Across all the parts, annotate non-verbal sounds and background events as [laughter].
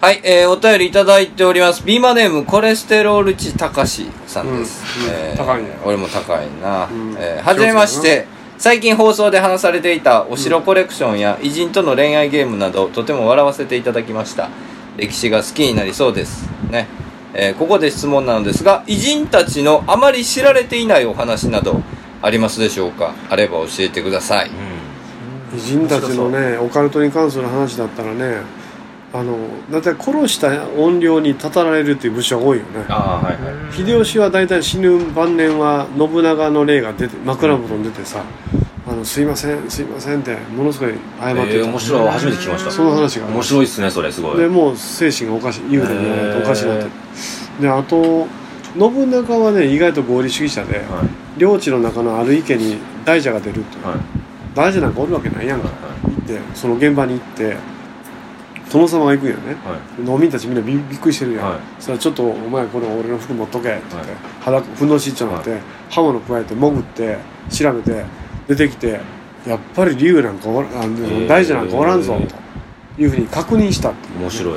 はい、えー、お便りいただいております。ビーマネーム、コレステロール値高しさんです。うんうんえー高いね俺も高いな。んえーはじめまして。最近放送で話されていたお城コレクションや偉人との恋愛ゲームなどとても笑わせていただきました歴史が好きになりそうですね、えーここで質問なのですが偉人たちのあまり知られていないお話などありますでしょうかあれば教えてください、偉人たちのねオカルトに関する話だったらねあのだいたい殺した怨霊にたたられるっていう武将が多いよねああはいはい秀吉は大体死ぬ晩年は信長の霊が出て枕元に出てさ「あのすいませんすいません」ってものすごい謝ってた、えー面白い初めて聞きましたその話がある面白いっすねそれすごいでもう精神がおかしい幽霊になられておかしいなってへであと信長はね意外と合理主義者で、はい領地の中のある池に大蛇が出るって、はい大蛇なんかおるわけないやんかは行ってその現場に行って殿様が行くんやねいはい農民たちみんなびびっくりしてるやん、はいそしたらちょっとお前これ俺の服持っとけ」って言って、裸ふんどしっちゃなって、刃物加えて潜って調べて出てきてやっぱり竜なんかおらあー大蛇なんかおらんぞというふうに確認したっていう面白い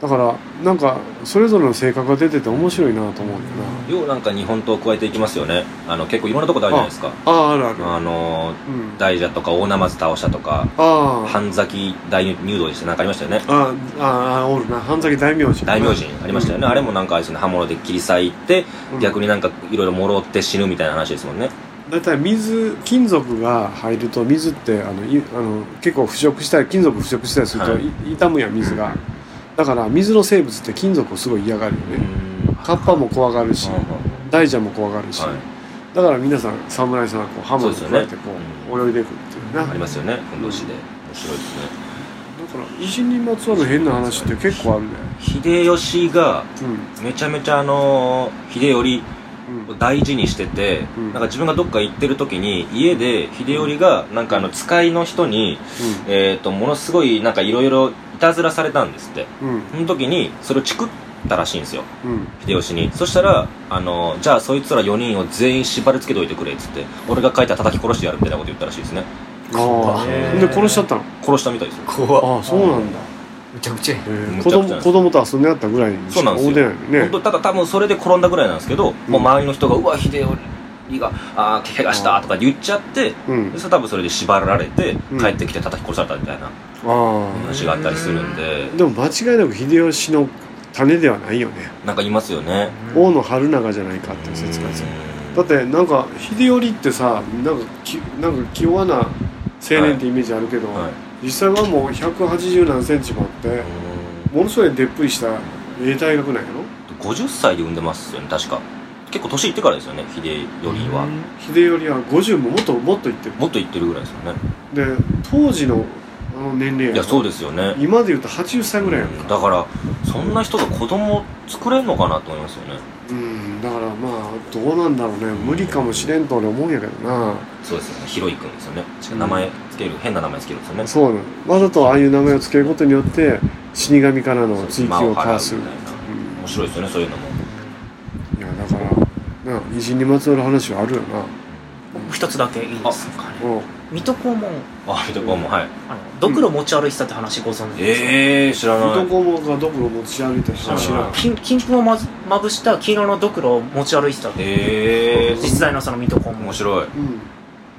だからなんかそれぞれの性格が出てて面白いなと思うんだよようなんか日本刀加えていきますよねあの結構いろんなとこであるじゃないですかなあああるある、あのーうん、大蛇とか大ナマズ倒したとかあ半崎大入道でしたなんかありましたよねああああおるな半崎大名人大名人ありましたよね、あれもなんかあれですよね刃物で切り裂いて、うん逆になんかいろいろもろって死ぬみたいな話ですもんねだいたい水金属が入ると水ってあのいあの結構腐食したり金属腐食したりすると、はいい傷むやん水がだから水の生物って金属をすごい嫌がるよねカッパも怖がるしは大蛇も怖がるし、いだから皆さん侍さんはこう刃物そうですよ加ねえてこう泳いでいくっていうな、ありますよね本同士で面白いですねだから偉人にまつわる変な話って結構あるね秀吉がめちゃめちゃあのー秀頼うんうんを大事にしてて、うんなんか自分がどっか行ってる時に家で秀頼がなんかあの使いの人に、えー、とものすごいなんかいろいろいたずらされたんですってうんうんその時にそれをチクったらしいんですようん秀吉にそしたらあのじゃあそいつら4人を全員縛り付けておいてくれっつって俺が書いたら叩き殺してやるみたいなこと言ったらしいですねああへでー殺しちゃったの殺したみたいですよ怖っああそうなんだ、むちゃくちゃやえーむ子ちゃくちゃ供子供と遊んであったぐらいにそうなんです大よ出ないのね本当ただ多分それで転んだぐらいなんですけど、もう周りの人が「うわ秀頼があー怪我した」とか言っちゃってうんでそれ多分それで縛られてうん帰ってきて叩き殺されたみたいなあ話があったりするんであでも間違いなく秀吉の種ではないよね、なんかいますよね大野春長じゃないかっていう説があるだってなんか秀頼ってさなんかきなんか器用な青年ってイメージあるけど、はい実際はもう180何センチもあってものすごいでっぷりしたええ大学なんやろ50歳で産んでますよね確か結構年いってからですよね秀頼は秀頼は50ももっともっといってるもっといってるぐらいですよねで当時のあの年齢やいやそうでですよね今で言うと80歳ぐらいやんうんかだからそんな人が子供作れんのかなと思いますよねうんだからまあどうなんだろうね無理かもしれんと俺思うんやけどなそうですよねヒロイ君ですよねしかも名前つける変な名前つけるんですよねそうなのわざとああいう名前をつけることによって死神からの追間及をかわ払す、ううんみたいな面白いですよねそういうのもいやだからな偉人にまつわる話はあるよな僕一つだけいいですかねうん水戸黄門あ見とこうもはいあのドクロ持ち歩いてたって話ご存知ですか、ええ知らない男もがどこを持ち歩いた人は知らん金金粉をまずまぶした黄色のドクロを持ち歩いてたええ実在のその水戸黄門面白いうん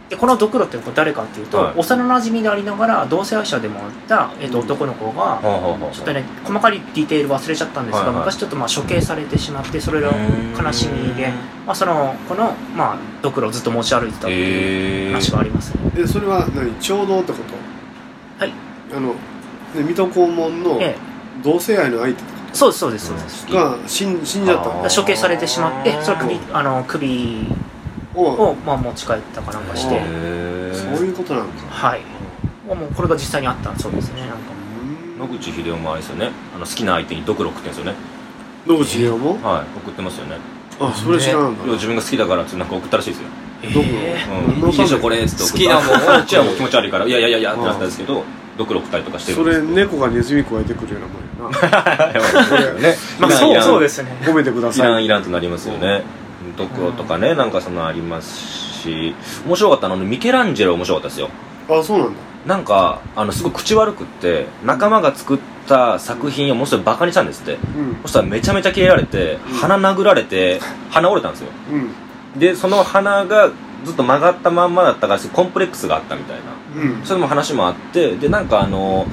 でこのドクロって誰かっていうと、はい幼なじみでありながら同性愛者でもあった、えっとうん男の子が、はあはあはあちょっとね細かいディテール忘れちゃったんですが、はいはい昔ちょっとまあ処刑されてしまってそれの悲しみで、まあ、そのこの、まあ、ドクロをずっと持ち歩いてたっていえうえ話がありますね、でそれは何聴導ってこはいとあので水戸黄門のえ同性愛の相手えそうですそうですそうです、が死ん死んじゃったあのー処刑されてしまってその首うあの首おうを、まあ、持ち帰ったかなんかしうてんえそういうことなんかはいもうこれが実際にあったそうですねなんかうん野口英世もあれですよねあの好きな相手にドクロ送ってんですよね野口英世もはい送ってますよねあそれ知らんだ要は自分が好きだからってなんか送ったらしいですよどこうんうんいいでしょこれっつって送っ好きなもんこっちはもう気持ち悪いからいやいやいやいやってなったんですけどドクロ送ったりとかしてるそんですれ猫がネズミ加えてくるようなもんやなれねまあいそうやそうですね褒めてくだイラさンいイランとなりますよねドクロとかねなんかそのありますし面白かったのはあのミケランジェロ面白かったですよあそうなんだなんかあのすごい口悪くって仲間が作っった作品をもう一人バカにしたんですってうんそしたらめちゃめちゃキレられて鼻殴られて鼻折れたんですようんでその鼻がずっと曲がったまんまだったからコンプレックスがあったみたいなうんそれも話もあってでなんかあの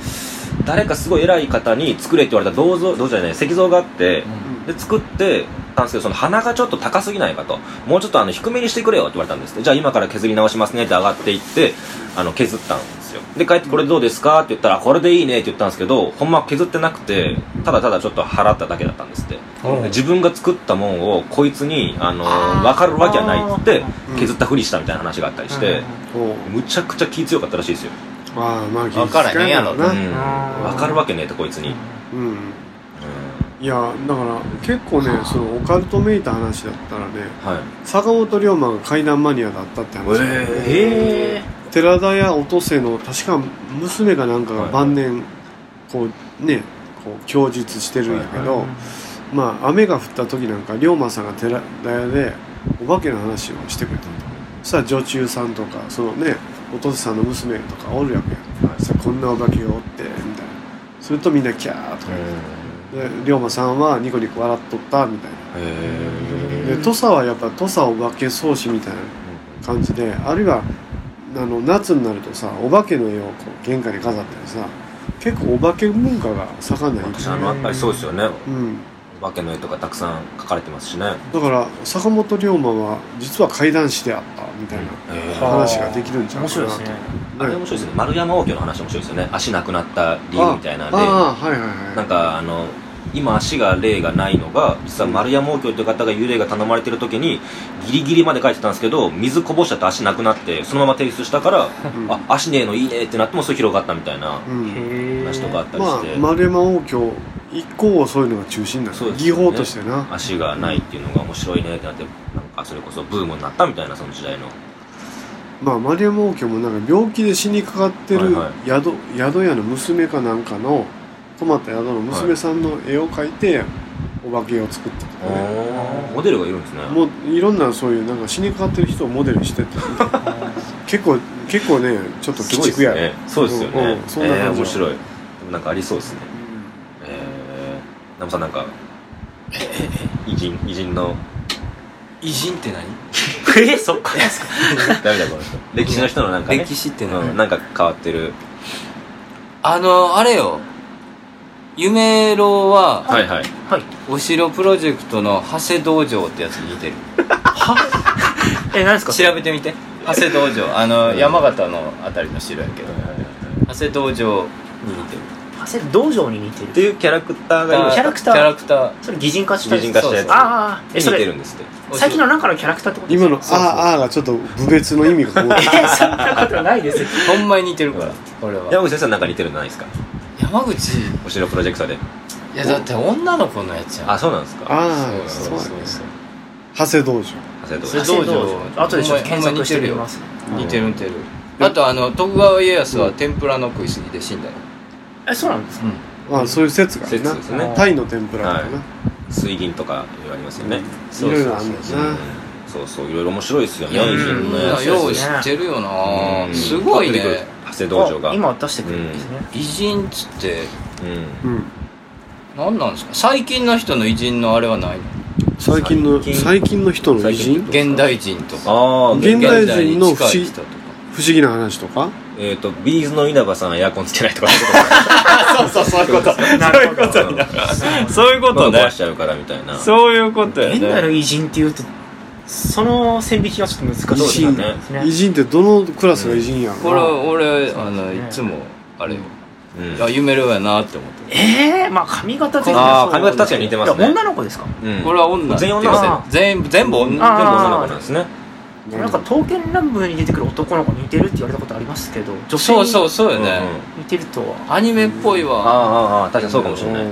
誰かすごい偉い方に作れって言われた銅像銅像じゃない石像があってで作ってたんですけどその鼻がちょっと高すぎないかともうちょっとあの低めにしてくれよって言われたんですってじゃあ今から削り直しますねって上がっていってあの削ったんですよで帰ってこれどうですかって言ったらあこれでいいねって言ったんですけどほんまは削ってなくてただただちょっと払っただけだったんですってうんで自分が作ったもんをこいつにあの分かるわけはないって言って削ったふりしたみたいな話があったりしておうむちゃくちゃ気強かったらしいですよああまあ技わからへんやろなうんあーわかるわけねえってこいつに、うんうんいやだから結構ねそのオカルトめいた話だったらねはい坂本龍馬が怪談マニアだったって話、へえ寺田屋落とせの確か娘かなんかが晩年こうねこう供述してるんやけど、まあ雨が降った時なんか龍馬さんが寺田屋でお化けの話をしてくれたとそしたら女中さんとかそのねお父さんの娘とかおるわけやはいそしたらこんなお化けがおってみたいなそれとみんなキャーとか言ってで龍馬さんはニコニコ笑っとったみたいなへえで土佐はやっぱ土佐お化け創始みたいな感じであるいはあの夏になるとさお化けの絵をこう玄関に飾ったりさ結構お化け文化が盛んない私あのやっぱりそうですよねうん、お化けの絵とかたくさん描かれてますしねだから坂本龍馬は実は怪談師であったみたいなへー話ができるんちゃう面か白いなですと、ねあれ面白いですね丸山王家の話面白いですよね足なくなった理由みたいなんでああはいはいなはんかあの今足が霊がないのが実は丸山王家という方が幽霊が頼まれてる時にギリギリまで書いてたんですけど水こぼしちゃって足なくなってそのまま提出したからい、うんあ足ねえのいいねってなってもそれ広がったみたいなうん、へえ話とかあったりましあて、丸山王教以降そういうのが中心なんだそうです技よね法としてな足がないっていうのが面白いねってなってなんかそれこそブームになったみたいなその時代のまあ丸山王教もなんか病気で死にかかってる宿,、は宿屋の娘かなんかの泊まった宿の娘さんの絵を描いて、お化けを作ったとかねモデルがいるんですねもういろんなそういうなんか死にかかってる人をモデルに [laughs] してて結構結構ねちょっとす鬼ごいです畜やろねそうですよね、うんうんそんな感じえー面白いでもなんかありそうですねえー、ナムさんなんか偉人偉人の偉人って何えそっからですか誰だこの人歴史の人のなんか、ね、歴史って何、うん、なんか変わってるあのあれよ夢郎ははいはいはいお城プロジェクトの長谷道場ってやつに似てるえ何ですか調べてみて長谷道場あのうん山形のあたりの城やけど長谷道場に似てる長谷道場に似てるっていうキャラクターがいるキャラクターキャラクターそれ擬人化したやつ擬人化したやつああえそ似てれるんですって最近の中のキャラクターってことです今の「あかーあー」がちょっと部別の意味がこう [laughs] えそんなことないですよほんまに似てるからこれは山口先生はなんか似てるのないですか山口お城プロジェクトでいやだって女の子のやつやんあそうなんですかああそそううそうだねそう長谷道場長谷それど堂道場後でちょっとほんまほ検んまに索似しててるみよます似てる似てるあとあの徳川家康は天ぷらの食いすぎで死んだよえそうなんですかまあそういう説がある説なですねタイの天ぷらとかな、水銀とかいろいろありますよねいろいろあるんだようなんそうそういろいろ面白いですよねうん偉人のやなつようで知すってるよなうんすごいね長谷道場があ今出してくれるんですね偉人っつってうんうん、何なんですか最近の人の偉人のあれはないの最近の最近最近の人の偉最近人現代人とかああ現代人の現代に近い人とか不思議な話とかえっ、とビーズの稲葉さんはエアコンつけないとかそうそうそういうことなるほどそういうこと [laughs] そういうこと喉壊ねしちゃうからみたいなうそういうことや現代のね偉人っていうとその線引きがちょっと難しいですそうねだね偉人ってどのクラスが偉人やろこれ俺あそうのですいねつもあれよんいや夢郎やなって思ってええまあ髪型的にあはそーう髪型確かに似てますねいや女の子ですかうんこれは女全員女の子っていうか全部全部全部女あ女の子なんですねるなんか刀剣乱舞に出てくる男の子に似てるって言われたことありますけど女性そうそにうそうようんうんね似てるとはアニメっぽいあわあああ確かにそうかもしれない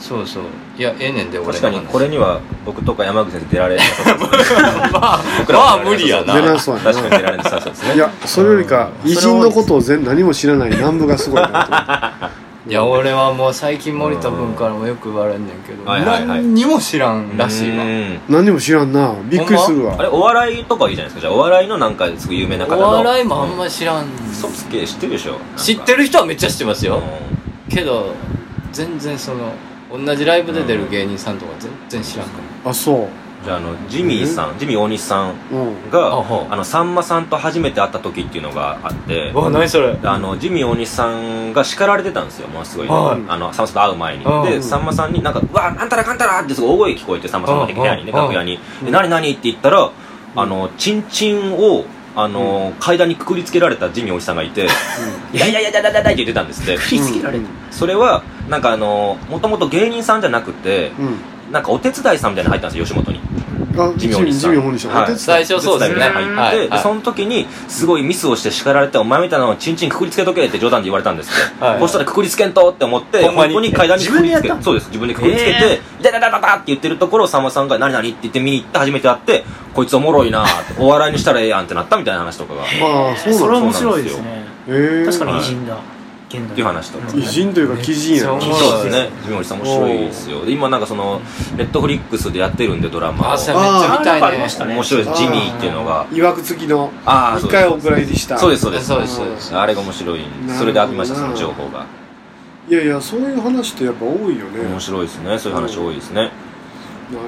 そうそういやええねんで俺確かにこれには僕とか山口先生出られなさそうですねまあ僕らまは [laughs] あ無理やな出なそうやな確かに出られなさそうですねいやそれよりかうん偉人のことを全何も知らない南部がすごいなといや俺はもう最近森田君からもよく言われんねんけどはいはいはい何にも知らんらしいわうん [laughs] 何にも知らんなびっくりするあわれお笑いとかいいじゃないですかじゃあお笑いのなんかすごい有名な方おの笑いもあんま知らん嘘つけ知ってるでしょ知ってるる人はめっちゃ知ってますよけど全然その同じライブで出る芸人さんとか全然知らんからあそじゃああのジミーさん、ジミー大西さんううんがあはああのさんまさんと初めて会った時っていうのがあってわ何それあのジミー大西さんが叱られてたんですよものすごい、はいあのさんまさんと会う前にうんでさんまさんになんか「うわあんたらかんたら」ってすごい大声聞こえてさんまさんが部屋にねうん楽屋に「で何何?」って言ったらあのチンチンをあの、階段にくくりつけられたジミー大西さんがいて「いやいやいやいやいやいやいや」って言ってたんですって食いつけられるそれはなんかあのもともと芸人さんじゃなくてうん、うんなんかお手伝いさんみたいなの入ったんですよ吉本にあジジミミーー鬼さんジミー本人はいお手伝い最初そうですねお手伝いには入いででその時にすごいミスをして叱られてお前みたいなのをチンチンくくりつけとけって冗談で言われたんですってはいそしたらくくりつけんとって思ってほんま本に当に階段にくくりつけ自分でやったのそうです自分でくくりつけて「ダダダダダ」って言ってるところをさんまさんが「何々」って言って見に行って初めて会って「こいつおもろいな」って「お笑いにしたらええやん」ってなったみたいな話とかがっああそうそれなはん面です白いですねえ確かーに偉人だ現代ていう話とかうん偉人というか奇人やなめっちゃ面白いそうですねジミーおじさん面白いですよで今なんかそのネットフリックスでやってるんでドラマあーをそれめっちゃ見たあーなんかあいりねましたね面白いですジミーっていうのがいわくつきのああ一そうで回すお蔵入りしたそうですそうですそうですそうですあれが面白いんでそれでありましたその情報がいやいやそういう話ってやっぱ多いよねなる面白いですねそういう話多いですねほどう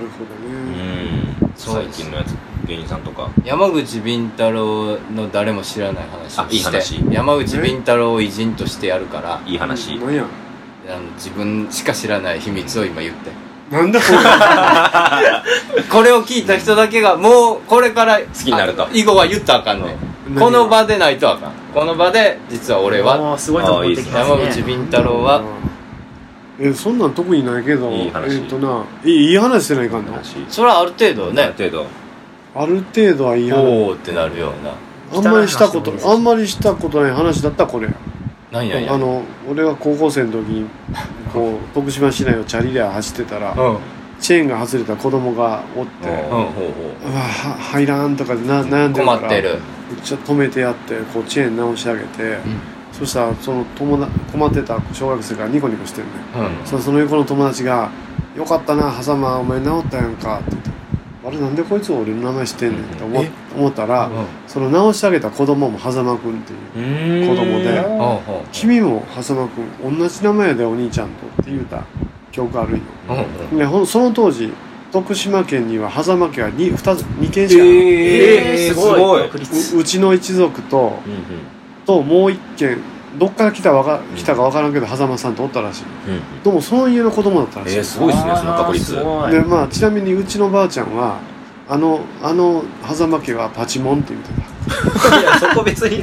ねんそう最です近のやつ芸人さんとか山口敏太郎の誰も知らない話をあいいして話山口敏太郎を偉人としてやるからいい話なんやあの自分しか知らない秘密を今言ってなんだこれ [laughs] これを聞いた人だけがもうこれから好きになると以後は言ったらあかんねうんんこの場でないとあかんこの場で実は俺はあーすごいとこ持ってきます山ね口敏太郎はえそんなん特にないけどいい話えっ、とないいいい話してないかんいいな話それはある程度あるね程度ある程度はいい話おおってなるようなあんまりしたこと汚い話でもいいですあんまりしたことない話だったらこれやなんやいやあの俺が高校生の時にこう徳島市内をチャリで走ってたらうんチェーンが外れた子供がおってうんうんほうほうわは入らんとかでな悩んうでるから困ってるめっちゃ止めてやってこうチェーン直してあげて、んそしたらその友達困ってた小学生がニコニコしてるねうんそその横の友達が「よかったなハサマお前直ったやんか」って言って「あれなんでこいつ俺の名前知ってんねん」って思,、え思ったら、うんその直してあげた子供もハサマくんっていううー子ん供でほうほう「君もハサマくん同じ名前やでお兄ちゃんと」って言うた記憶あるんようんうんでほんその当時徳島県には狭間家が 2, 二つ二軒しかなくてええーすーすごごいい独立ううちの一族とうんともう一軒どっから来たわか来たか分からんけど狭間さんとおったらしいうんうんどうもその家の子供だったらしい、えーすごいですねその確率あーすでごいまあちなみにうちのばあちゃんはあのあの狭間家はパチモンって言っていやそこ別に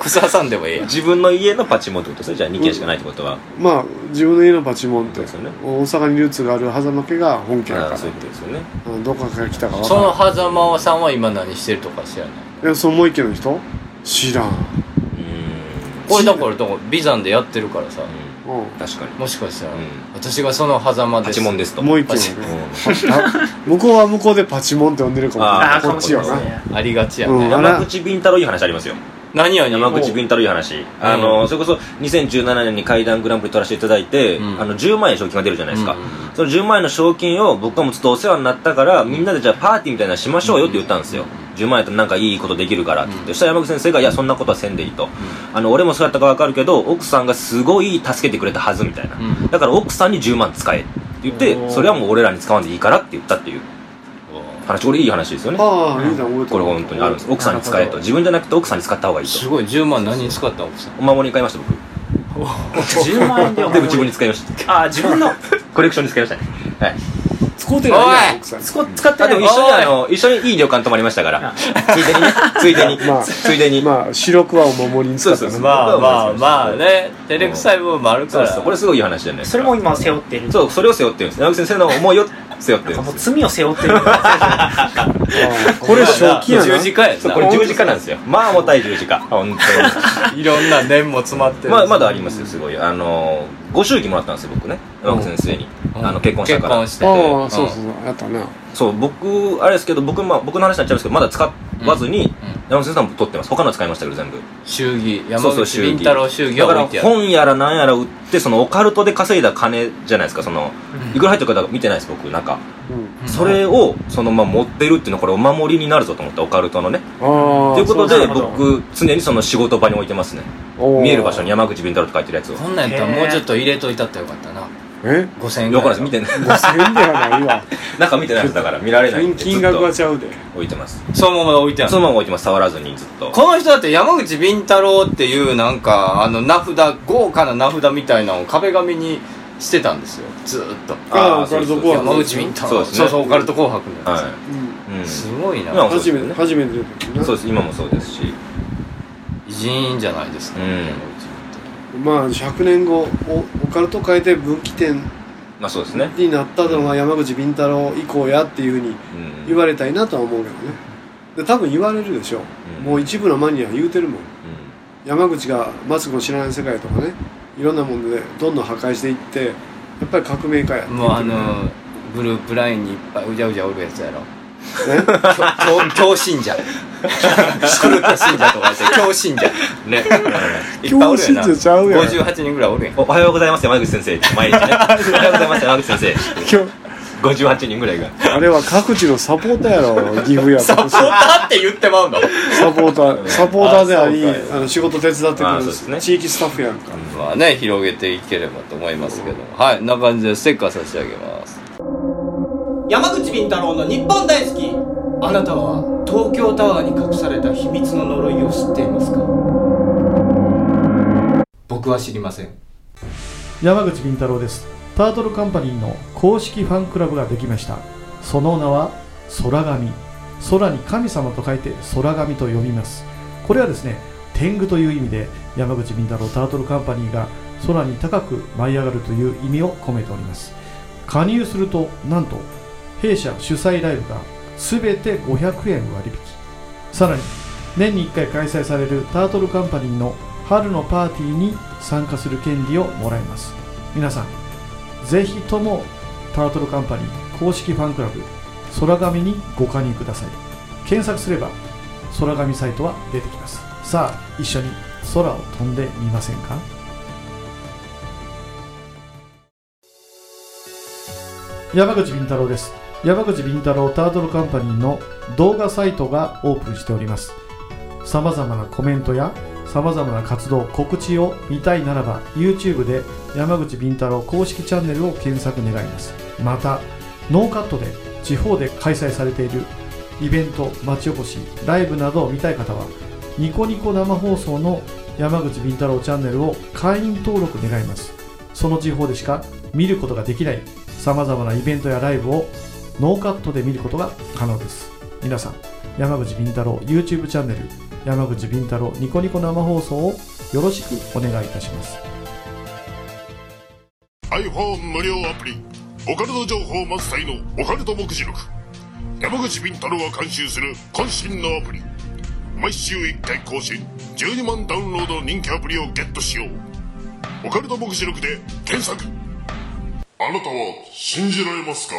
草さんでもええやん自分の家のパチモンってことですねじゃあ2軒しかないってことはたまあ自分の家のパチモンってそうですよね大阪にルーツがある狭間家が本家だあかーそういうことですよねらうんどっから来たか分そからのん狭間さんは今何してるとか知らないいやそのもう一家の人知らん、うーこれだからどこビザンでやってるからさんうんう確かにもしかしたらうん私がその狭間パですチモンですとん、もう一家パチのうね向んこうは向こうでパチモンって呼んでるかもああーーかこっもしちれはないでなすねありがちやうんねあ山口敏太郎いい話ありますよ何やねん山口敏太郎いい話あのそれこそ2017年に怪談グランプリ取らせていただいて、うんあの10万円賞金が出るじゃないですか、うんうんその10万円の賞金を僕はもうずっとお世話になったからみんなでじゃあパーティーみたいなのしましょうよって言ったんですよ、10万円やったらなんかいいことできるからって言って、そしたら山口先生が「いやそんなことはせんでいいと」あの俺もそうやったか分かるけど奥さんがすごい助けてくれたはず」みたいな、うんだから奥さんに10万使え」って言っておーそれはもう俺らに使わんでいいからって言ったっていう話これいい話ですよねああ、いいな、覚えてこれ本当にあるんです奥さんに使えなるほとど自分じゃなくて奥さんに使った方がいいすとごい10万何に使ったん奥さんお守りに買いました僕10万円で全部自分に使いました [laughs] あー自分のコレクションに使いましたねはい使うてないやおんい奥さん。つこ使ってあなでいも一緒にあの一緒にいい旅館泊まりましたからあついでにね [laughs] ついでにまあついでにまあ、主力はお守りに使ったそなうそうそうまあまあまあね照れくさい部分もあるかそうらそうこれすごいいい話じゃないですかそれも今背負ってるそうそれを背負ってるんです山口先生の思いを背負ってなんるんかもうです罪を背負ってるのがああこれ正気やな十。字架やそうなこれ十字架なんですよまあ重たい十字架本 [laughs] 当いろんな念も詰まってるにまあまだありますよすごいあのご祝儀もらったんですよ僕ね山口先生にうんあの結婚したから結婚してああ、そううそうそう、やったな。そう僕あれですけど僕まあ僕の話になっちゃうんですけどまだ使わずにうん山口先生も取ってます他の使いましたけど全部祝儀そ山うそう口祝儀倫太郎祝儀だはか置いてらある本やら何やら売ってそのオカルトで稼いだ金じゃないですかそのいくら入ってるか見てないです僕中うんうんそれをそのまま持ってるっていうのはこれお守りになるぞと思ってオカルトのねああということそうなでるほど僕常にその仕事場に置いてますね見える場所に山口敏太郎って書いてるやつをこんなんやったらもうちょっと入れといたってよかったなえ5000円ぐよらくないいです見てない5000ではないわ [laughs] 中見てないですだから見られないん金で [laughs] 金額はずっちゃうでと置いてますそのまま置いてあるそのまま置いてます触らずにずっとこの人だって山口敏太郎っていうなんかあの名札豪華な名札みたいなのを壁紙にしてたんですよずーっとああーあオカルそトうそうそう紅山白口敏太郎そうですねそうそうオカルト紅白のやつ、はうい、うん、すごいな、今もん初めて初めて出たそううです今もそうですし偉人じゃないですか、うん山口まあ100年後オオカルト変えて分岐点まあそうですね、になったのが山口敏太郎以降やっていうふうにうん、言われたいなとは思うけどねで多分言われるでしょ、うんもう一部のマニアは言うてるもんう山口がマツコの知らない世界とかねいろんなものでどんどん破壊していってやっぱり革命家や敏太郎もうあのグループラインにいっぱいうじゃうじゃおるやつやろ教教教信者クルト信者とか言って教信者んねいっぱいおるやな教信者ちゃうやん58人ぐらいお [laughs] るやんおおはようございます山口先生って毎日 [laughs] ねおはようございます山口先生今日58人ぐらいがあれは各地のサポーターや [laughs] ろ岐阜やサポーターって言ってまうのサポーターサポーターでありあそうかあの仕事手伝ってくあれそうるですね地域スタッフやんかまあね、広げていければと思いますけども。はい、な感じでステッカー差し上げます。山口敏太郎の日本大好きあなたは東京タワーに隠された秘密の呪いを知っていますか僕は知りません山口敏太郎ですタートルカンパニーの公式ファンクラブができましたその名は空神空に神様と書いて空神と呼びますこれはですね天狗という意味で山口敏太郎タートルカンパニーが空に高く舞い上がるという意味を込めております加入するとなんと弊社主催ライブが全て500円割引さらに年に1回開催されるタートルカンパニーの春のパーティーに参加する権利をもらいます皆さんぜひともタートルカンパニー公式ファンクラブ空紙にご加入ください検索すれば空紙サイトは出てきますさあ一緒に空を飛んでみませんか山口敏太郎です山口敏太郎タートルカンパニーの動画サイトがオープンしておりますさまざまなコメントやさまざまな活動告知を見たいならば YouTube で山口敏太郎公式チャンネルを検索願いますまたノーカットで地方で開催されているイベント町おこしライブなどを見たい方はニコニコ生放送の山口敏太郎チャンネルを会員登録願いますその地方でしか見ることができないさまざまなイベントやライブをノーカットで見ることが可能です皆さん山口敏太郎 YouTube チャンネル山口敏太郎ニコニコ生放送をよろしくお願いいたします iPhone 無料アプリオカルト情報満載のオカルト目次録山口敏太郎が監修する渾身のアプリ毎週1回更新12万ダウンロードの人気アプリをゲットしようオカルト目次録で検索あなたは信じられますか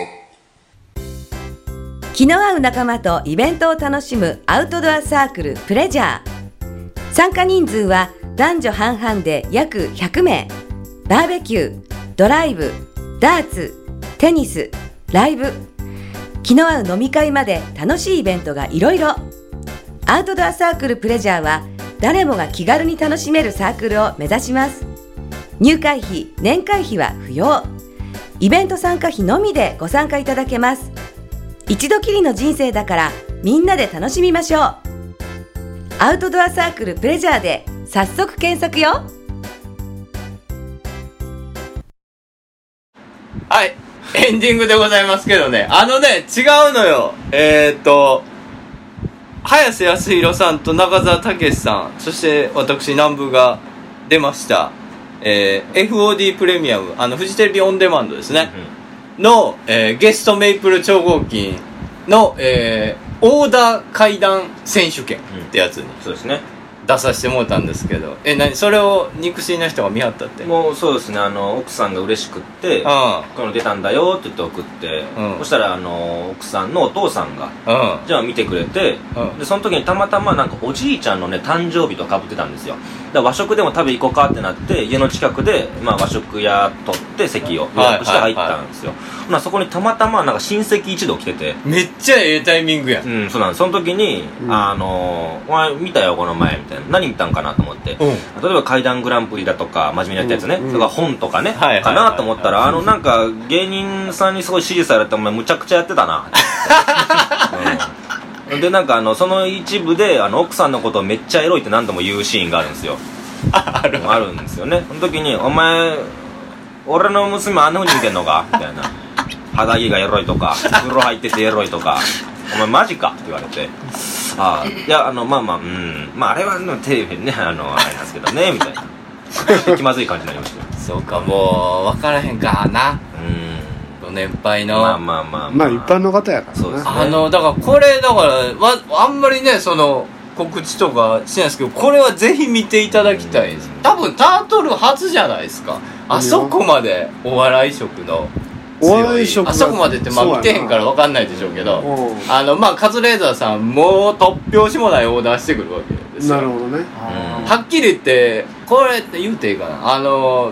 気の合う仲間とイベントを楽しむアウトドアサークルプレジャー参加人数は男女半々で約100名バーベキュードライブダーツテニスライブ気の合う飲み会まで楽しいイベントがいろいろアウトドアサークルプレジャーは誰もが気軽に楽しめるサークルを目指します入会費年会費は不要イベント参加費のみでご参加いただけます一度きりの人生だからみんなで楽しみましょうアウトドアサークルプレジャーで早速検索よはい、エンディングでございますけどね。あのね、違うのよ。えー、っと、早瀬康弘さんと中澤武さん、そして私、南部が出ました。えー FOD プレミアム、あの、フジテレビオンデマンドですね。の、えーゲストメイプル超合金の、えー、オーダー階段選手権ってやつにうんそうですね出させてもらったんですけどえ何それを肉親の人が見張ったってもうそうですねあの奥さんが嬉しくってあこの出たんだよって言って送って、うんそしたらあの奥さんのお父さんがあじゃあ見てくれて、うんでその時にたまたまなんかおじいちゃんのね誕生日とかぶってたんですよだから和食でも食べ行こうかってなって家の近くで、まあ、和食屋取って席を予約して入ったんですよ、まあそこにたまたまなんか親戚一同来ててうんめっちゃええタイミングやんうんそうなんですその時に、うんあのお前見たよこの前みたいな何見たんかなと思って、うん例えば怪談グランプリだとか真面目にやったやつね、うんうんそれから本とかね、はいはいはいかなと思ったらあのなんか芸人さんにすごい支持されてお前むちゃくちゃやってたなってうんでなんかあのその一部であの奥さんのことをめっちゃエロいって何度も言うシーンがあるんですよあるあるんですよねその時に「お前俺の娘あんな風に見てんのか?」みたいな「肌着がエロい」とか「風呂入っててエロい」とか「お前マジか?」って言われてああいやあのまあまあうんまああれはねテレビでね [laughs] あのあれなんですけどねみたいな [laughs] 気まずい感じになりましたよそうかもう分からへんかなうんご年配の、まあまあまあまあ一般の方やからなそうですねあのだからこれだからわあんまりねその告知とかしてないですけどこれはぜひ見ていただきたいです多分タートル初じゃないですかあそこまでお笑い色のお笑い色あそこまでってまあ見てへんからわ分かんないでしょうけどおうあのまあカズレーザーさんもう突拍子もないオーダーしてくるわけですよなるほどねうんはっきり言ってこれって言うていいかなあの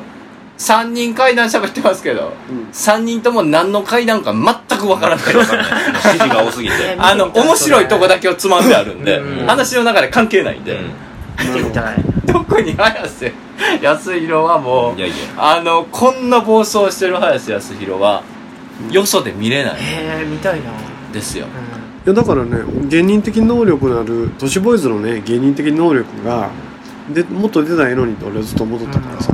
3人階段喋ってますけどうん3人とも何の階段か全く分からないわかん [laughs] ないもう指示が多すぎてあの、面白いとこだけをつまんであるんでう、ん話の中で関係ないんうで、ん見てみたい特に早瀬康弘はもうい、やいやあの、こんな暴走してる早瀬康弘は、よそで見れないえー、見たいな、うんんですよ。いやだからね芸人的能力のある都市ボーイズのね芸人的能力がでもっと出たらええのにって俺はずっと思っとったからさ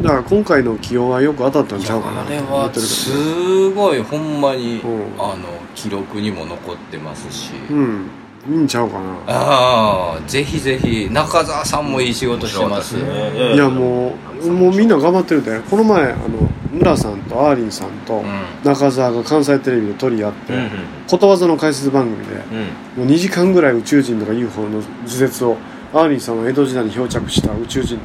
だから今回の起用はよく当たったんちゃうかなあとれ思はってるけどねすごいほんまに、うんあの記録にも残ってますし、うんいいんちゃうかなああぜひぜひ中澤さんもいい仕事してます面白かったですねいやもうもうみんな頑張ってるんだよこの前あの村さんとアーリンさんとう中澤が関西テレビで取り合って、うんうんことわざの解説番組でうもんう2時間ぐらい宇宙人とか UFO の図説をアーリンさんは江戸時代に漂着した宇宙人の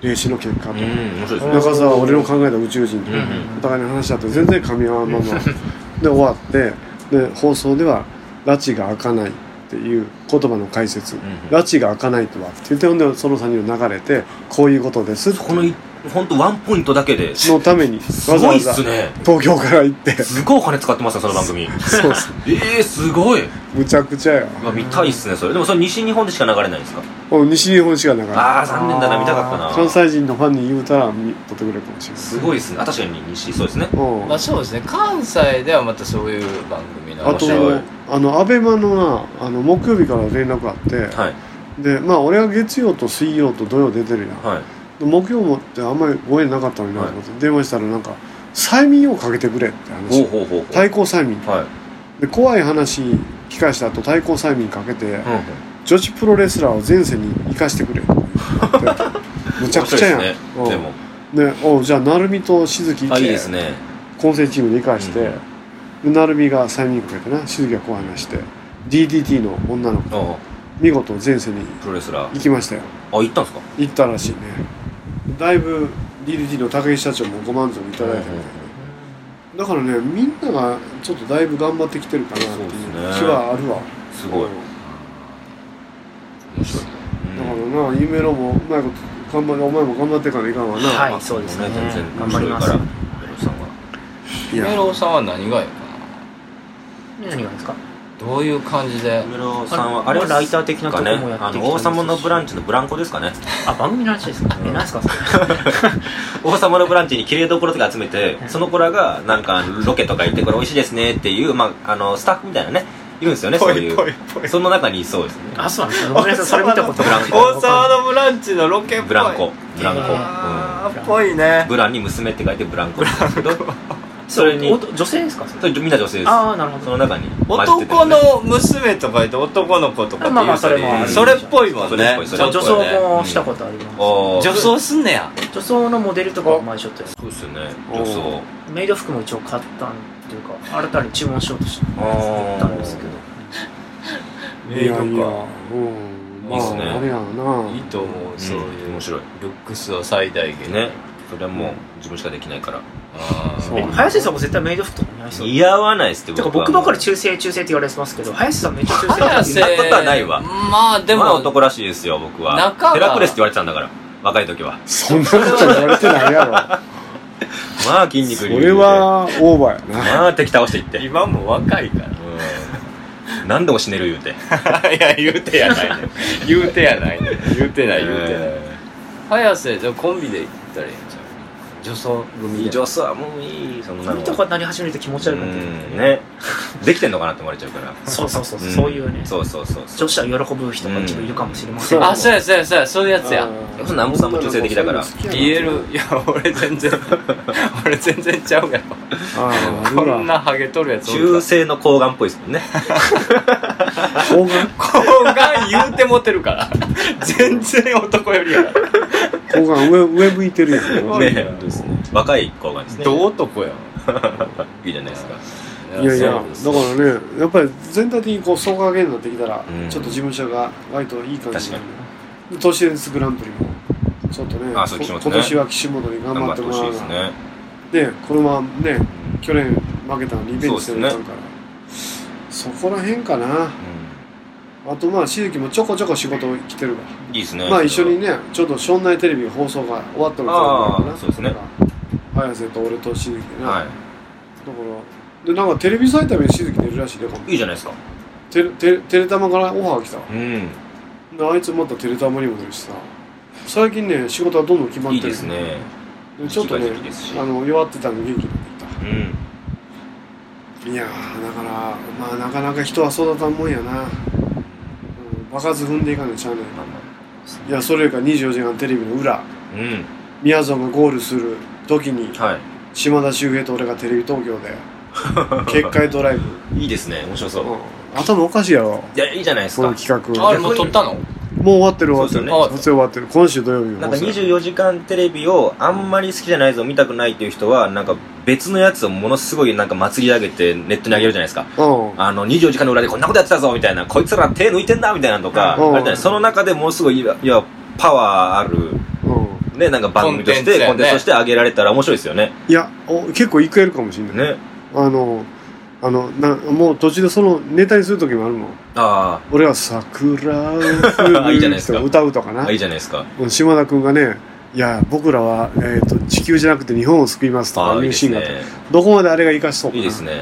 霊視の結果と、うん面白いですね中澤は俺の考えた宇宙人とうんうんお互いの話だって全然噛み合わんまま [laughs] で終わってで放送では「拉致が開かない」っていう言葉の解説ん「拉致が開かないとは」って言ってほんでその3人が流れて「こういうことです」このいほんとワンポイントだけですのためにわざごいわっざすね東京から行ってすごいお金使ってますねその番組そうっすええすごいむちゃくちゃやうわ見たいっすねそれでもそれ西日本でしか流れないんですかもう西日本しか流れないああ残念だな見たかったな関西人のファンに言うたら見撮ってくれるかもしれないすごいですねあ確かに西そうですねうんんまあそうですね関西ではまたそういう番組のあと白いあのアベマのなあの木曜日から連絡あって、はいでまあ俺は月曜と水曜と土曜出てるやん、はいで木曜もってあんまりご縁なかったのになと思って、電話したらなんか催眠をかけてくれってほう話ほうほうほう対抗催眠はいで怖い話聞かした後対抗催眠かけて、うんうん女子プロレスラーを前世に生かしてくれって言ってむちゃくちゃやん面白いですねでもうんでおうじゃあ成美としずきあいいですね混戦チームで生かして、で成美が催眠かけてなしずきがこう話して DDT の女の子あ見事前世にプロレスラー行きましたよあ行ったんですか行ったらしいねだいぶ DDT の武井社長もご満足いただいてうんうんだからねみんながちょっとだいぶ頑張ってきてるかなっていうそうですね気はあるわすごいだか面白いらな夢ロもうまいこと頑張れお前も頑張ってからいかんわな、はいそうですね全然頑張ります面白いからメロさんはいメやロさんは何がいいか何がですかなどういう感じでメロさんはああれれははライター的なとこもやってきねたんであすの王様のブランチのブランコですかね [laughs] あ番組の話ですかえ何ですかそれ王様のブランチに綺麗どころとか集めてその子らがなんかロケとか行ってこれ美味しいですねっていう、まあ、あのスタッフみたいなねいるんですよねそういうその中にいそうですねあそうなんですかごめんな [laughs] さいそれ見たことない大沢のブランチのロケっぽいブランコブランコ、あーうんっぽいねうん、ブランに娘って書いてブランコなんですけどそれにお女性ですかそれそれみんな女性ですああなるほそどの中に混じってて男の娘とか言って男の子とかって言うまあまあそれよもねあるそれっぽいもんねそれっぽいそれっぽいちょっと女装ねもしたことありまおー女装すんねやす女装のモデルとかは前しょってそうですよね女装メイド服も一応買ったんっていうか新たに注文しようとしてあー買ったんですけどいやいやかうんいいっすねまああれやろないいと思う、そういう面白いルックスは最大限ねそれはもう自分しかできないからあーそう林さんも絶対メイド服とか似合いそう似合わないっすっててかは僕ばかり中性中性って言われてますけど林さんめっちゃ中性だ早よ瀬そんなことはないわまあでまあも、男らしいですよ僕は中がヘラクレスって言われてたんだから若い時はそんなこと言われてないやろまあ筋肉そ隆々でれはオーバーやなまあ敵倒していって今も若いからうん何度も死ねる言うて [laughs] いや言うてやないね言うてやないね言うてない言うてない、え早瀬じゃあコンビで行ったらいいんちゃう女装組ーで女装はもういいそんな髪とかなり始めると気持ちう悪くなってくるんねできてんのかなって思われちゃうからそうそうそうそう、んそういうねそうそうそうそう女子は喜ぶ人が一部いるかもしれませんうんが、あそうやそうやそうやそういうやつややっぱ南部さんも女性的だから言えるいや俺全然俺全然ちゃうやろああ [laughs] こほんらなハゲ取るやつお中るか性の睾丸っぽいですもんね睾大眼丸言うてモテるから全然男よりやから大眼上上向いてるやん [laughs] ね本当ですね若い睾丸ですねど男やいいじゃないですかいやいやだかそうらねやっぱり全体的にこう総合芸になってきたら、うんちょっと事務所が割といい感じになる確で都市伝説グランプリもちょっとねあそうこ岸本ね今年は岸本に頑頑張張っっててもほらしいわですなねでこのままね去年負けたのリベンジしてるやつそあうるでからそ,、こら辺かなあとまあしずきもちょこちょこ仕事来てるかうんいいですら、ねまあ一緒にねちょうど庄内テレビの放送が終わったのかああそうですね早瀬と俺としずきでね、はだからでなんかテレビ埼玉にしずき出るらしいね今度いいいじゃないですかテレテレテレタマからオファー来たわうんであいつまたテレタマにも出るしさ最近ね仕事はどんどん決まっいいてるですねでちょっとね時期が時期ですしあの弱ってたの元気になってきうんたいやーだからまあなかなか人は育たんもんやな、うん、場数踏んでいかないちゃうねまあまんいやそれよりか24時間テレビの裏あうんみやぞんがゴールする時には島田秀平と俺がテレビ東京 [laughs] で結界ドライブ、、いいいですね面白そううん頭おかしいやろいやいいじゃないですこかの企画あもれもう取ったのう終わってる終わってる、そうですよね撮影終わってる今週土曜日のな放んか送24時間テレビをあんまり好きじゃないぞ見たくないっていう人はなんか別のやつをものすごいなんか祭り上げてネットに上げるじゃないですかうんあの24時間の裏でこんなことやってたぞみたいなこいつら手抜いてんだみたいなのとかうんあれじゃないその中でものすごいいわいわパワーあるうんねなんか番組としてコンテンツ,、コンテンツやねとして上げられたら面白いですよねいやお結構いくやるかもしれない、ねあのあのなもう途中でそのネタにする時もあるもんあ俺は「桜 [laughs] を降あいいじるゃない」ですかと歌うとかなあいいじゃないですかうん島田君がね「いや僕らは、えー、と地球じゃなくて日本を救います」とかああいいいうでシすーンがあってねどこまであれが生かしそうかないいですね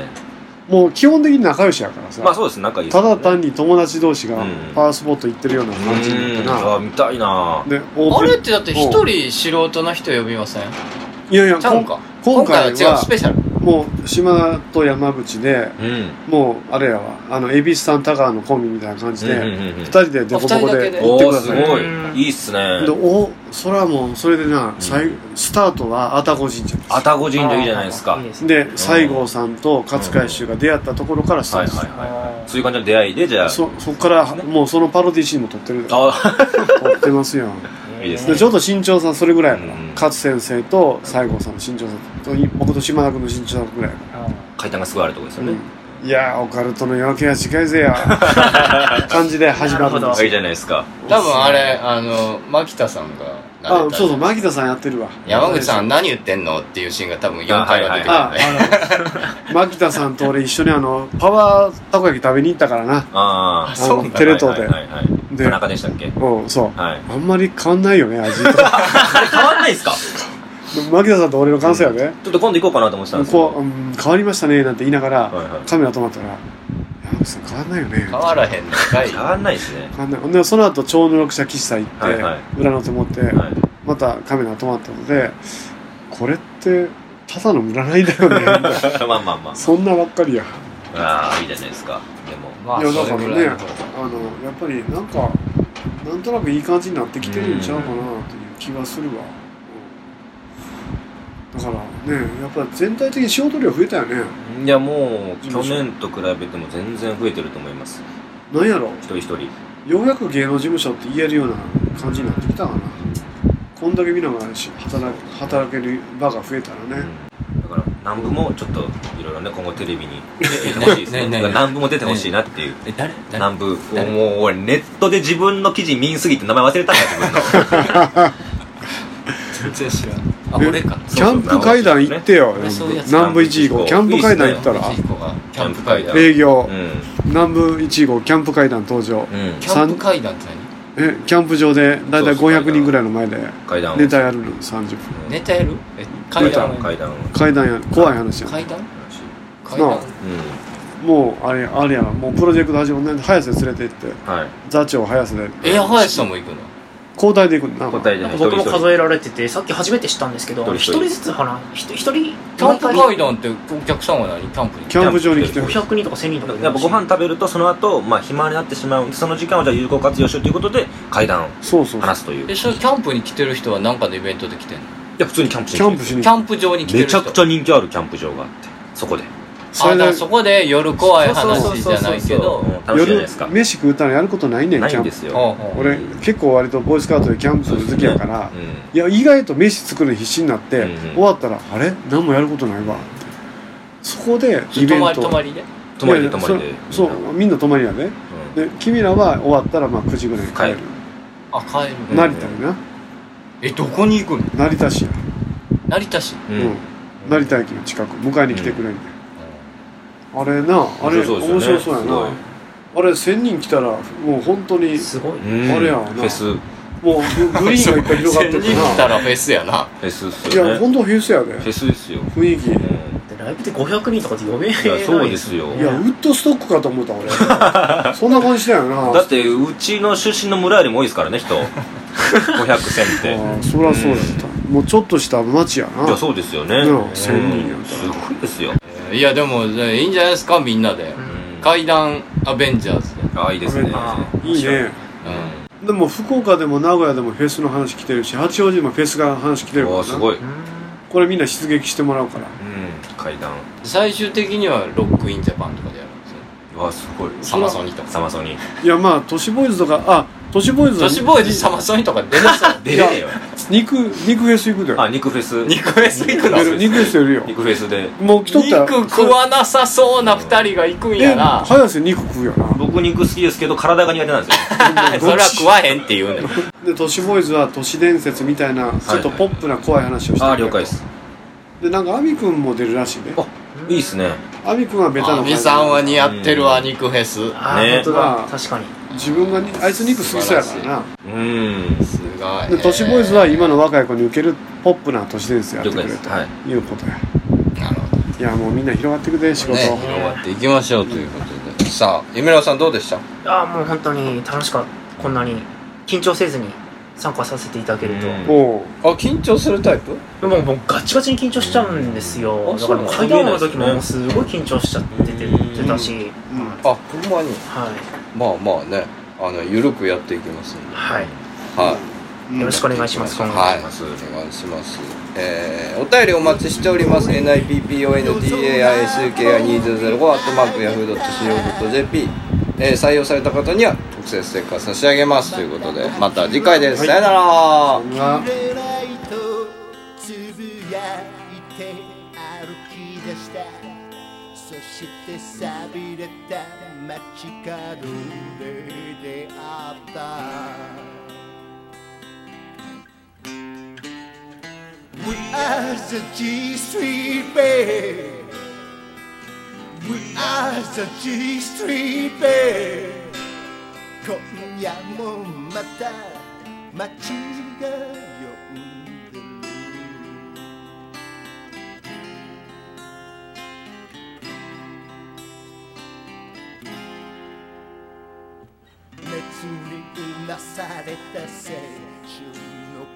もう基本的に仲良しやからさ、まあそうです仲いいですたよねだ単に友達同士がうんパワースポット行ってるような感じになってうーんあな、あ見たいなでオーあプニングれってだって一人素人の人呼びませんいやいやちゃうんかこん今今回回は違うスはペシャルもう島田と山口でうんもうあれやわあの恵比寿さん高川のコンビみたいな感じで、うんうんうんうん二人でデコボコで行おっておくーだすさいごうんいいいっすねでおそれはもうそれでな、最スタートは愛宕神社愛宕神社いいじゃないですかいいですねで西郷さんと勝海舟が出会ったところからスタはいーはトすいる、はいそういう感じの出会いでじゃあそそこからもうそのパロディシーンも撮ってる撮あってますよいいですねでちょうど身長差それぐらいやから、うん勝先生と西郷さんの身長差と僕と島田君の身長差ぐらいやか [laughs] 階段がすごいあるとこですよら、ね、いやーオカルトの夜明けが近いぜ [laughs] や感じで始まるんなるでほすどいいじゃないですか多分あれあの牧田さんがあ慣れたそうそう牧田さんやってるわ山口さん何言ってんのっていうシーンが多分4回は出てくるんあで、あの牧田さんと俺一緒にあのパワーたこ焼き食べに行ったからなあああのテレ東ではいはいはいはいで田中でしたっけうんそうはいあんまり変わんないよね味と [laughs] であれ変わんないです [laughs] か牧田さんと俺の感想やで、ちょっと今度行こうかなと思ってたんですけどこう、うん、変わりましたねなんて言いながら、はいはいカメラ止まったら「山口さん変わんないよね変」わらへんのかい変わんないですね変わんないほんでその後超能力者喫茶行って、はいはい裏の手持って、はいまたカメラ止まったのでこれってただの占いだよねみたい [laughs] なまあまあまそんなばっかりやあああいいじゃないですかでもまあいやそだかられねぐらいのあのやっぱりなんかなんとなくいい感じになってきてるんちゃうかなという気はするわ、うんだからねやっぱ全体的に仕事量増えたよねいやもう去年と比べても全然増えてると思いますなんやろ一人一人ようやく芸能事務所って言えるような感じになってきたかなこんだけ皆がし働く働ける場が増えたらねうんだから南部もちょっといろいろね今後テレビに出てほしいです [laughs] ねねねね南部も出てほしいなっていう、え誰誰南部誰もう俺ネットで自分の記事見んすぎて名前忘れたんだ自分の全然知らんあ俺かキャンプ階段行ってよ俺そういうやつ南部1号キャンプ階段行ったらいい子がキャンプキャンプ階階段段営業うん南部1号キャンプ階段登場うんキャンプ階段って何えキャンプ場でだいたい500人ぐらいの前で階段をネタやるの30分ネタやるえ階階段段階段階段やる怖い話やん階段階な段もうあれあれやなもうプロジェクト始まるね早瀬連れて行ってうんはい座長早瀬でエアハヤシさんも行くの交代で行くんだな答えじゃなんなかい僕も一人一人数えられててさっき初めて知ったんですけど一人一一人人ずつかなひと一人キャンプ階500段ってお客さんは何キャンプにキャンプ場に来てる人とか1000人とかいるやっらぱしごい飯食べるとその後、まあ暇になってしまうその時間をじゃあ有効活用しようということで階段をそうそうそう話すというえいそれキャンプに来てる人は何かのイベントで来てんのや普通にキャンプしキャに行ンくプしキにャンプ場に来てめるち人ゃくちゃ人気あるキャンプ場があってそこであそれだかでらそこで夜怖い話じそうゃそなういそけうそうどうん楽しいじゃない夜ですか飯食うたらやることないねんなキいャんンでプすうよんうん俺結構割とボーイスカートでキャンプ好きやからうんいや意外と飯作るのに必死になって、うんうん終わったらあれ何もやることないわってそこでイ泊ベンまりト泊まりで泊まりいでやいや泊まりでそみんうみんな泊まりやでなで君らは終わったらまあ9時ぐらいに帰る帰あ帰るうん成田になえどこに行くの成田市や、成田市うんううんん成田駅の近く迎えに来てくれんね、ん、あれなあれ面白そうですよね面白そうやなあれ1000人来たらもう本当にすごいうんあれやなフェスフもうググリーンがいっぱい広がって仙る [laughs] 人来たらフェスやなェスっすいよやね本当フェスやでフェスですよ雰囲気うんライブで500人とかって呼べないいやそうですよいやウッドストックかと思った俺そんな感じだよなだってうちの出身の村よりも多いですからね人500選ってああそりゃそうだった、もうちょっとした町やないやそうですよねうんうんす千人やったらごいですよいやでもいいんじゃないですかみんなでうん階段アベンジャーズでああいいですねあいいねうんでも福岡でも名古屋でもフェスの話来てるし八王子でもフェスが話来てるかおらおすごないうんこれみんな出撃してもらうから階段最終的にはロックインジャパンとかでやるんですようわすごいサマソニとかサマソニいやまあ都市ボーイズとかあ都市ボーイズ女子ボーイズサマソニとか出なそう出れねえよ肉肉フェス行くであ肉フェス肉フェス行くの出る肉フェス出るよ肉フェスでもう来とったら肉食わなさそうな二人が行くんえやな早瀬肉食うよな僕肉好きですけど体が苦手なんですよそれは食わへんって言うねんで都市ボーイズは都市伝説みたいなちょっとポップな怖い話をしてあある了解ですでなんか亜美くんも出るらしいねあいいっすね亜美くんはベタ阿の部さんは似合ってるわうん肉フェスあーね本当まあだ確かに自分がにあいつ肉好きそうやからなうんすごいで都市ボーイズは今の若い子に受けるポップな都市伝説やって了くれ解ですとはいいうことやなるほいやもうみんな広がってくで仕ど事、ね広がっていきましょうということでさあ井村さんどうでしたああもう本当に楽しかったこんなに緊張せずに参加させていただけると、うんおうあ緊張するタイプもうもうガチガチに緊張しちゃうんですよ、うんあだからもうそう階なんだ段の時ももうすごい緊張しちゃってて,、うん出たし、うんあほんまにはいまあまあねあの緩くやっていきますんではい、はいうんよろしくお願いします今後、はい、お願いしますお願いします。えー、お便りお待ちしております。NIPPONDAISUKI2005 アットマークヤフー .co.jp、えー、採用された方には特設ステッカー差し上げますということで、また次回です。さよなら。がくれないとつぶやいて歩き出したそして寂れた街角で出会った We are the G Street Band. We are the G Street Band. 今夜もまた街が呼んでる。熱にうなされた青春の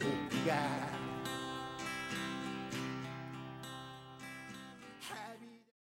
記憶が